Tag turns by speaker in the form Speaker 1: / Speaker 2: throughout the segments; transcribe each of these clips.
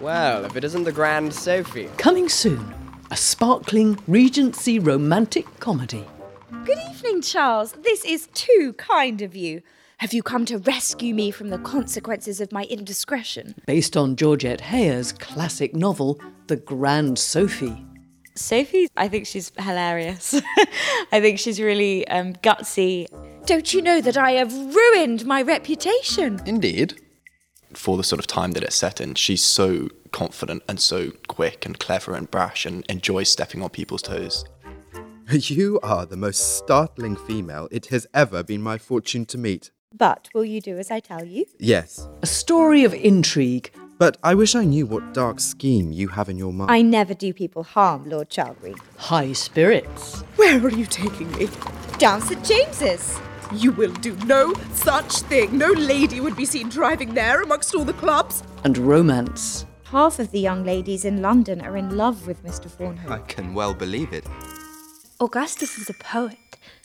Speaker 1: Well, if it isn't the Grand Sophie.
Speaker 2: Coming soon, a sparkling Regency romantic comedy.
Speaker 3: Good evening, Charles. This is too kind of you. Have you come to rescue me from the consequences of my indiscretion?
Speaker 2: based on Georgette Heyer's classic novel, The Grand Sophie.
Speaker 4: Sophie, I think she's hilarious. I think she's really um, gutsy.
Speaker 3: Don't you know that I have ruined my reputation?
Speaker 5: Indeed. For the sort of time that it's set in, she's so confident and so quick and clever and brash and enjoys stepping on people's toes.
Speaker 6: You are the most startling female it has ever been my fortune to meet.
Speaker 3: But will you do as I tell you?
Speaker 6: Yes,
Speaker 2: A story of intrigue.
Speaker 6: but I wish I knew what dark scheme you have in your mind.
Speaker 3: I never do people harm, Lord Chalgreen.
Speaker 2: High spirits.
Speaker 7: Where are you taking me?
Speaker 3: Down St James's.
Speaker 7: You will do no such thing. No lady would be seen driving there amongst all the clubs.
Speaker 2: And romance.
Speaker 3: Half of the young ladies in London are in love with Mr. Thornhill.
Speaker 8: I can well believe it.
Speaker 9: Augustus is a poet,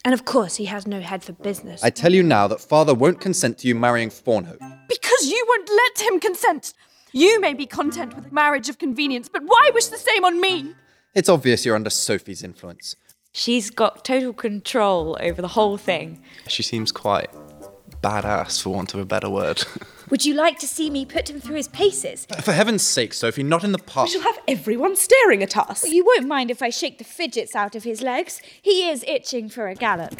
Speaker 9: and of course he has no head for business.
Speaker 8: I tell you now that father won't consent to you marrying Thornhope.
Speaker 10: Because you won't let him consent. You may be content with a marriage of convenience, but why wish the same on me?
Speaker 8: It's obvious you're under Sophie's influence.
Speaker 4: She's got total control over the whole thing.
Speaker 5: She seems quite badass, for want of a better word.
Speaker 3: Would you like to see me put him through his paces?
Speaker 8: For heaven's sake, Sophie, not in the
Speaker 7: We
Speaker 8: pub.
Speaker 7: shall have everyone staring at us.
Speaker 3: You won't mind if I shake the fidgets out of his legs. He is itching for a gallop.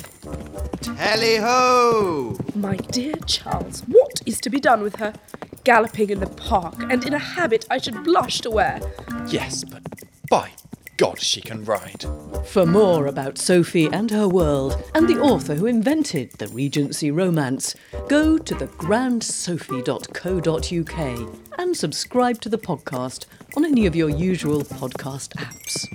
Speaker 8: Tally ho!
Speaker 7: My dear Charles, what is to be done with her? Galloping in the park and in a habit I should blush to wear.
Speaker 8: Yes, but by God, she can ride.
Speaker 2: For more about Sophie and her world, and the author who invented the Regency romance, go to thegrandsophie.co.uk and subscribe to the podcast on any of your usual podcast apps.